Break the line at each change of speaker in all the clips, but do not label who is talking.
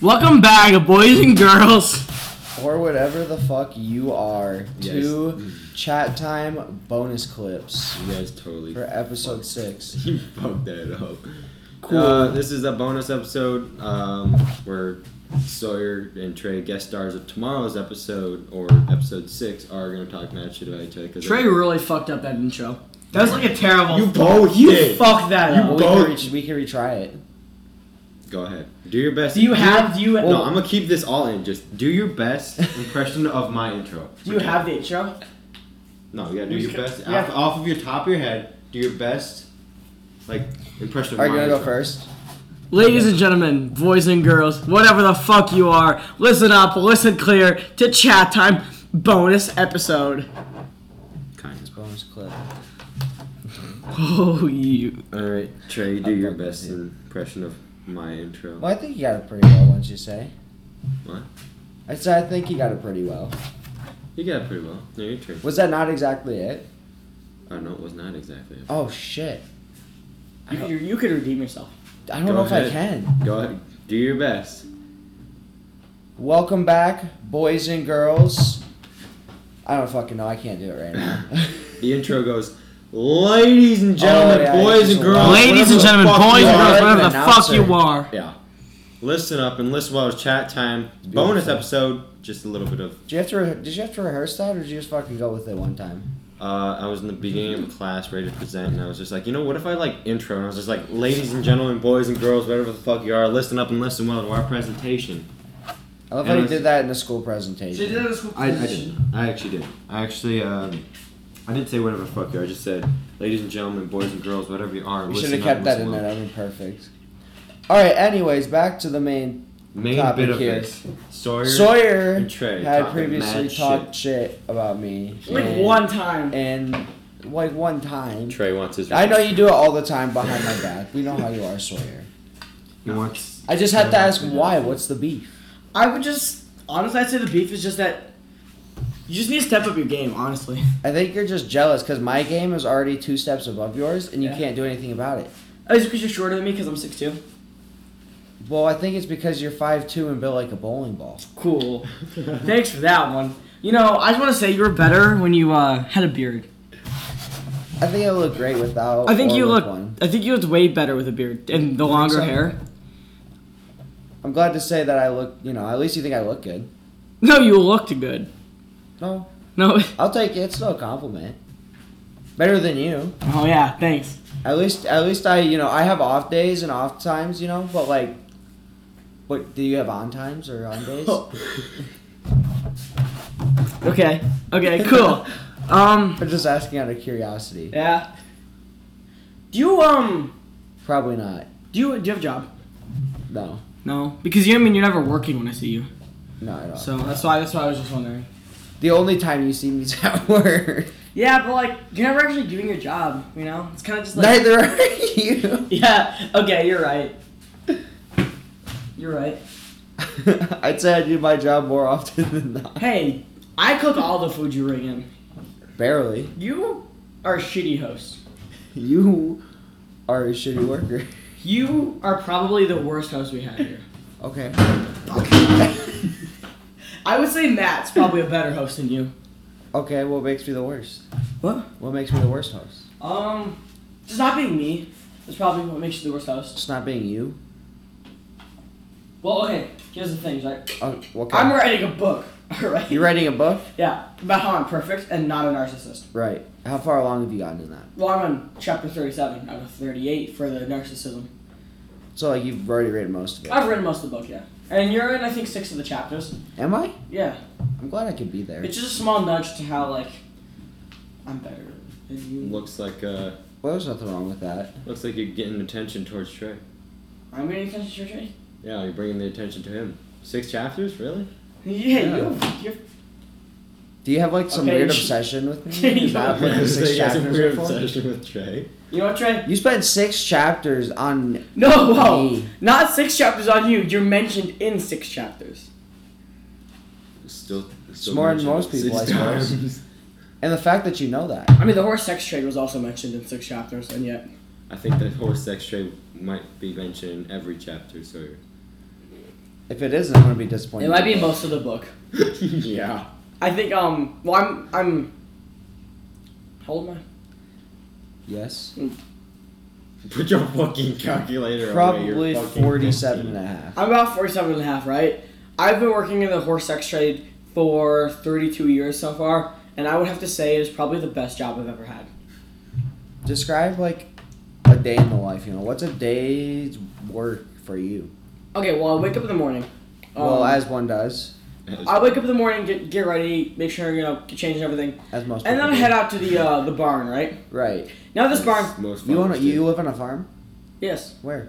Welcome back, boys and girls.
or whatever the fuck you are
Yes.
to chat time bonus clips
You guys totally
for episode six.
you fucked that up.
Cool.
Uh, this is a bonus episode um, where Sawyer and Trey guest stars of tomorrow's episode or episode six are gonna talk mad shit about each other. 'cause
Trey really fucked up that intro. That was like a terrible.
you both
You
did.
fucked that
You
up.
Well, we, can
both-
re- we can retry it.
Go ahead. Do your best.
Do you have? Do you?
no, I'm gonna keep this all in. Just do your best impression of my intro.
do you have the intro?
No, you gotta do
You
your
just-
best
yeah.
off, off of your top of your head. Do your best, like impression. of
Are you
my
gonna go
intro.
first?
Ladies and gentlemen, boys and girls, whatever the fuck you are, listen up, listen clear to chat time bonus episode.
Kind of.
Bonus clip.
Oh, you.
All right, Trey, do
I'm
your
fucking
best
with you.
impression of my intro.
Well, I think you got it pretty well, wouldn't you say?
What?
I said I think you got it pretty well.
You got it pretty well. No, your turn.
Was that not exactly it?
Oh no, it was not exactly. it.
Oh shit!
You, could- you could redeem yourself.
I don't
Go
know if I
ahead.
can.
Go ahead. Do your best.
Welcome back, boys and girls. I don't fucking know. I can't do it right now.
The intro goes, ladies and gentlemen,
Oh, yeah,
boys
it's
and
a
girls.
lot.
Ladies
whatever
and
the
gentlemen,
fuck
boys
you
and
are."
girls,
Yeah.
whatever the fuck
Announcer.
you are.
Yeah. Listen up and listen while it's chat time.
beautiful.
Bonus episode. Just a little bit of.
did you have to? Re- did you have to rehearse that, or did you just fucking go with it one time?
Uh, I was in the beginning of class ready to present, and I was just like, you know, what if I like intro? And I was just like, ladies and gentlemen, boys and girls, whatever the fuck you are, listen up and listen well to our presentation.
I love how you
Yeah,
did that in a school presentation.
I, I didn't. I actually did. I actually, um, I didn't say whatever the fuck you. are. I just said, ladies and gentlemen, boys and girls, whatever you are.
We
listen
should have
up,
kept that
listen
in there.
up.
That would perfect. All right. Anyways, back to the main.
Main
topic
bit of
here.
this. Sawyer.
Sawyer
and Trey
had
talking
previously
mad
talked shit. about me.
Like
and-
one time.
And like one time.
Trey wants his.
I know you do it all the time behind my back. We know how you are, Sawyer.
He wants.
I just have to ask why. What's the beef?
I would just honestly, I'd say the beef is just that you just need to step up your game. Honestly,
I think you're just jealous because my game is already two steps above yours, and you
Yeah.
can't do anything about it.
it's because you're shorter than me because I'm six two.
Well, I think it's because you're five two and built like a bowling ball.
Cool. Thanks for that one. You know, I just want to say you were better when you uh, had a beard.
I think I look great without.
I think
or
you
with
look.
One.
I think you looked way better with a beard and the longer
so?
hair.
I'm glad to say that I look. You know, at least you think I look good.
No, you looked good.
No,
No.
I'll take it. It's still a compliment. Better than you.
Oh yeah. Thanks.
At least, at least I, you know, I have off days and off times, you know. But like, what do you have on times or on days?
Okay. Okay. Cool. um.
I'm just asking out of curiosity.
Yeah. Do you um?
Probably not.
Do you do you have a job?
No,
No, because you. I mean, you're never working when I see you.
not at all.
So that's why. That's why I was just wondering.
the only time you see me is at work.
Yeah, but like you're never actually doing your job. You know, it's kind of just
Neither are you.
Yeah. Okay. You're right. You're right.
I'd say I do my job more often than not.
Hey, I cook all the food you bring in.
Barely.
You are a shitty host.
You are a shitty worker.
You are probably the worst host we had here.
Okay.
I would say Matt's probably a better host than you.
Okay. What makes me the worst?
What?
What makes me the worst host?
Um, just not being me is probably what makes you the worst host.
Just not being you.
Well, okay, here's the thing, Jack.
Oh, okay.
I'm writing a book, alright?
You're writing a book?
Yeah, about how I'm perfect and not a narcissist.
Right. How far along have you gotten in that?
Well, I'm on chapter 37 out of 38 for the narcissism.
So like you've already read most of it.
I've read most of the book, yeah. And you're in, I think, six of the chapters.
Am I?
Yeah.
I'm glad I could be there.
It's just a small nudge to how, like, I'm better than you.
Looks like uh,
Well, there's nothing wrong with that.
looks like you're getting attention towards Trey.
I'm getting attention to your trade.
Yeah, you're bringing the attention to him. Six chapters, really?
Yeah,
Yeah.
you. You're,
Do you have like some
Okay,
weird
you should-
obsession with me? Is that what
Yeah,
the
so
six
you guys have
chapters
a weird
are for?
obsession with Trey.
you know what, Trey?
You spent six chapters on
No,
Me.
not six chapters on you. You're mentioned in six chapters.
Still, still
more than
mentioned
most
six
people, I suppose.
times.
and the fact that you know that.
I mean, the horse sex trade was also mentioned in six chapters, and yet
I think that horse sex Trey might be mentioned in every chapter. So
If it isn't, I'm gonna be disappointed.
It might be most of the book.
yeah.
I think um well I'm I'm how old am I?
Yes.
Put your fucking calculator away.
Probably
you're fucking
47 and
15.
a half.
I'm about 47 and a half, right? I've been working in the horse sex trade for 32 years so far, and I would have to say it is probably the best job I've ever had.
Describe like a day in the life. You know, what's a day's work for you?
Okay, well I wake up in the morning. Um,
well, as one does,
I wake up in the morning, get get ready, make sure you know, get changed and everything,
as most.
and then I
people
head out to the uh, the barn, right?
do. Right.
Now this barn,
Most
You own a,
farmers do.
You live on a farm?
yes,
Where?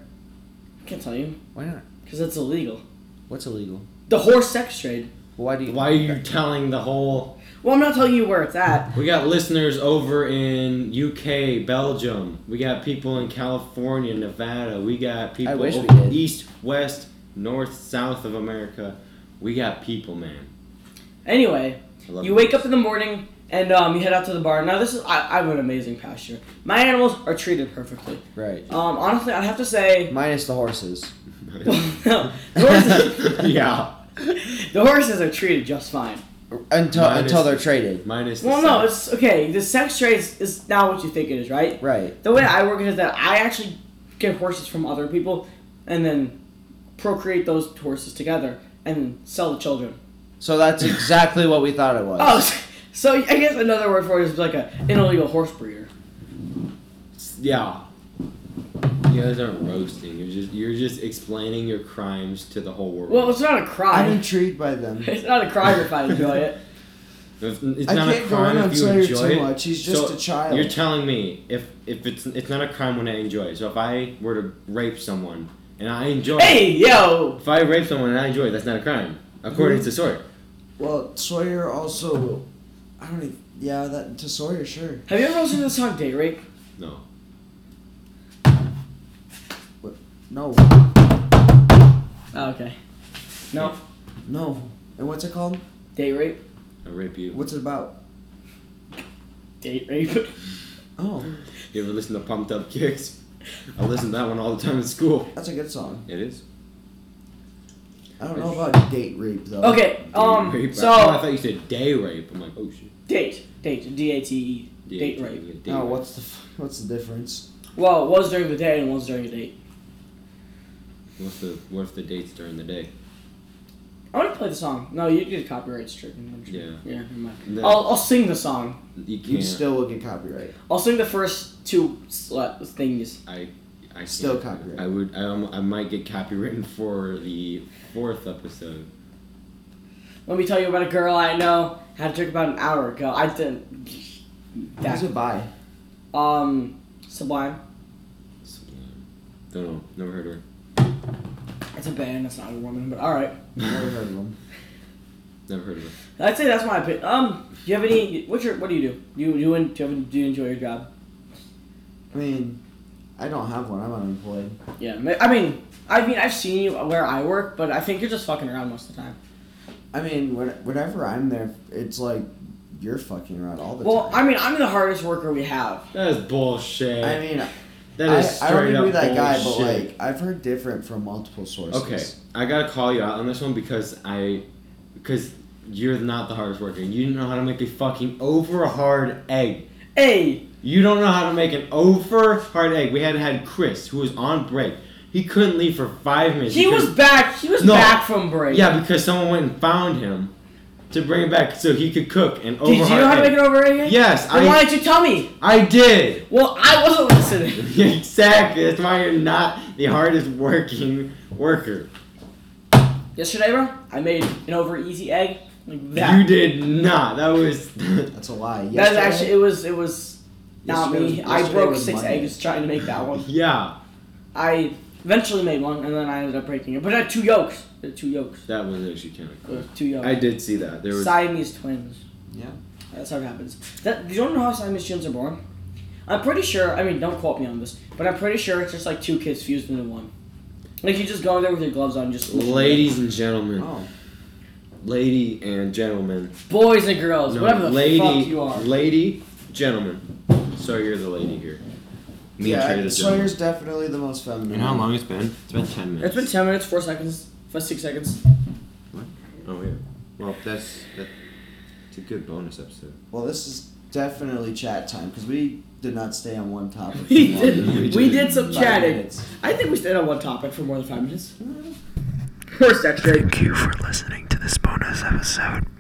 I can't tell you
Why not?
because that's illegal.
What's illegal?
The horse sex trade.
Why do you?
Why are you telling the whole?
Well, I'm not telling you where it's at.
We got listeners over in UK, Belgium. We got people in California, Nevada. We got people
wish we
over
did.
east, west, north, south of America. We got people, man.
Anyway,
I love
You wake up in the morning and um, you head out to the barn. Now this is I, I have an amazing pasture. My animals are treated perfectly.
Right.
Um, honestly, I'd have to say
Minus the horses.
the, horses,
yeah.
the horses are treated just fine.
Until
Minus-
until they're traded.
Minus. the
Well, no,
sex.
it's okay. The sex trade is, is not what you think it is, right?
Right.
The way I work it is that I actually get horses from other people and then procreate those horses together and sell the children.
So that's exactly what we thought it was.
Oh, so, so I guess another word for it is like a an illegal horse breeder.
yeah. You guys aren't roasting. You're just you're just explaining your crimes to the whole world.
Well, it's not a crime.
I'm intrigued by them.
It's not a crime if I enjoy it.
If- it's
I
not a
can't go
crime
in on
if you
Sawyer
enjoy
too
it.
much. He's just
So,
a child.
You're telling me if if it's it's not a crime when I enjoy it. So if I were to rape someone and I enjoy it,
Hey, yo!
if I rape someone and I enjoy it, that's not a crime according
Mm-hmm.
to Sawyer.
Well, Sawyer also. I don't
e,
even. Yeah, that to Sawyer, sure.
Have you ever listened to the song Date Rape?
No.
No,
Oh, okay. No.
no. And what's it called?
Date Rape?
I rape you.
What's it about?
Date Rape.
Oh,
You ever listen to Pumped Up Kicks? I listen to that one all the time in school.
that's a good song.
It is.
I don't know about date rape though.
Okay,
Day
um,
rape. Oh, I
so.
thought you said day rape. I'm like, oh shit.
Date. Date. D-A-T-E.
Day-
Date rape.
yeah, Day
Oh,
Now,
rape.
what's the what's the difference?
Well, one's during the day and one's during the date.
What's the what if the dates during the day?
I want to play the song. No, you get copyright stricken.
Yeah.
Yeah, never mind.
No.
I'll, I'll sing the song.
You
You
can't.
still will get copyright.
I'll sing the first two sl- things.
I, I
Still
can't.
copyright.
I would. I, um, I might get copywritten for the fourth episode.
Let me tell you about a girl I know. Had a drink about an hour ago. I didn't.
Who's
That,
it by?
um, Sublime.
Sublime. Don't know. Never heard of her.
It's a band. It's not a woman, but all right.
Never heard of them.
Never heard of her.
I'd say that's my opinion. Um, do you have any? What's your? What do you do? Do you do you, en- do you, have, do you enjoy your job?
I mean, I don't have one. I'm unemployed.
Yeah. ma- I mean, I mean, I've seen you where I work, but I think you're just fucking around most of the time.
I mean, when, whenever I'm there, it's like you're fucking around all the
Well,
time.
I mean, I'm the hardest worker we have.
That is bullshit.
I mean,
that is
I, I don't
straight up
agree with that guy, but
bullshit.
like I've heard different from multiple sources.
okay, I gotta call you out on this one because I, because you're not the hardest worker. You don't know how to make a fucking over hard egg.
Hey,
You don't know how to make an over hard egg. We had had Chris, who was on break. He couldn't leave for five minutes.
he
because-
was back. He was
No.
back from break.
Yeah, because someone went and found him to bring it back so he could cook an over
Did you know how to make an over egg?
Yes,
Then why
I
didn't you tell me?
I did.
Well, I wasn't listening.
exactly. That's why you're not the hardest working worker.
Yesterday, bro, I made an over easy egg like that.
You did not. That was
that's a lie.
That's
Yesterday,
actually it was it was not
Yesterday
me.
was-
I
yesterday
broke
was
six
Monday.
eggs trying to make that one.
yeah.
I eventually made one, and then I ended up breaking it. But I had two yolks. There were two yolks.
That was actually kind of
There
cool.
was two yolks.
I did see that. There was
Siamese twins.
Yeah.
That's how it happens. That you don't know how Siamese twins are born. I'm pretty sure. I mean, don't quote me on this, but I'm pretty sure it's just like two kids fused into one. Like you just go in there with your gloves on, and just
ladies and gentlemen,
Oh,
lady and gentlemen,
boys and girls,
No,
whatever the
lady,
fuck you are.
lady, gentlemen. So you're the lady here. Me and Trey are
yeah.
the gentleman.
Sawyer's definitely the most feminine.
And how long it's been? It's been ten
It's
minutes.
been ten minutes, four seconds. for six seconds.
Oh yeah. Well, that's that. It's a good bonus episode.
Well, this is definitely chat time because we did not stay on one topic.
We
for
did.
longer than
We did some
five
chatting.
minutes.
I think we stayed on one topic for more than five minutes. First, actually.
Thank you for listening to this bonus episode.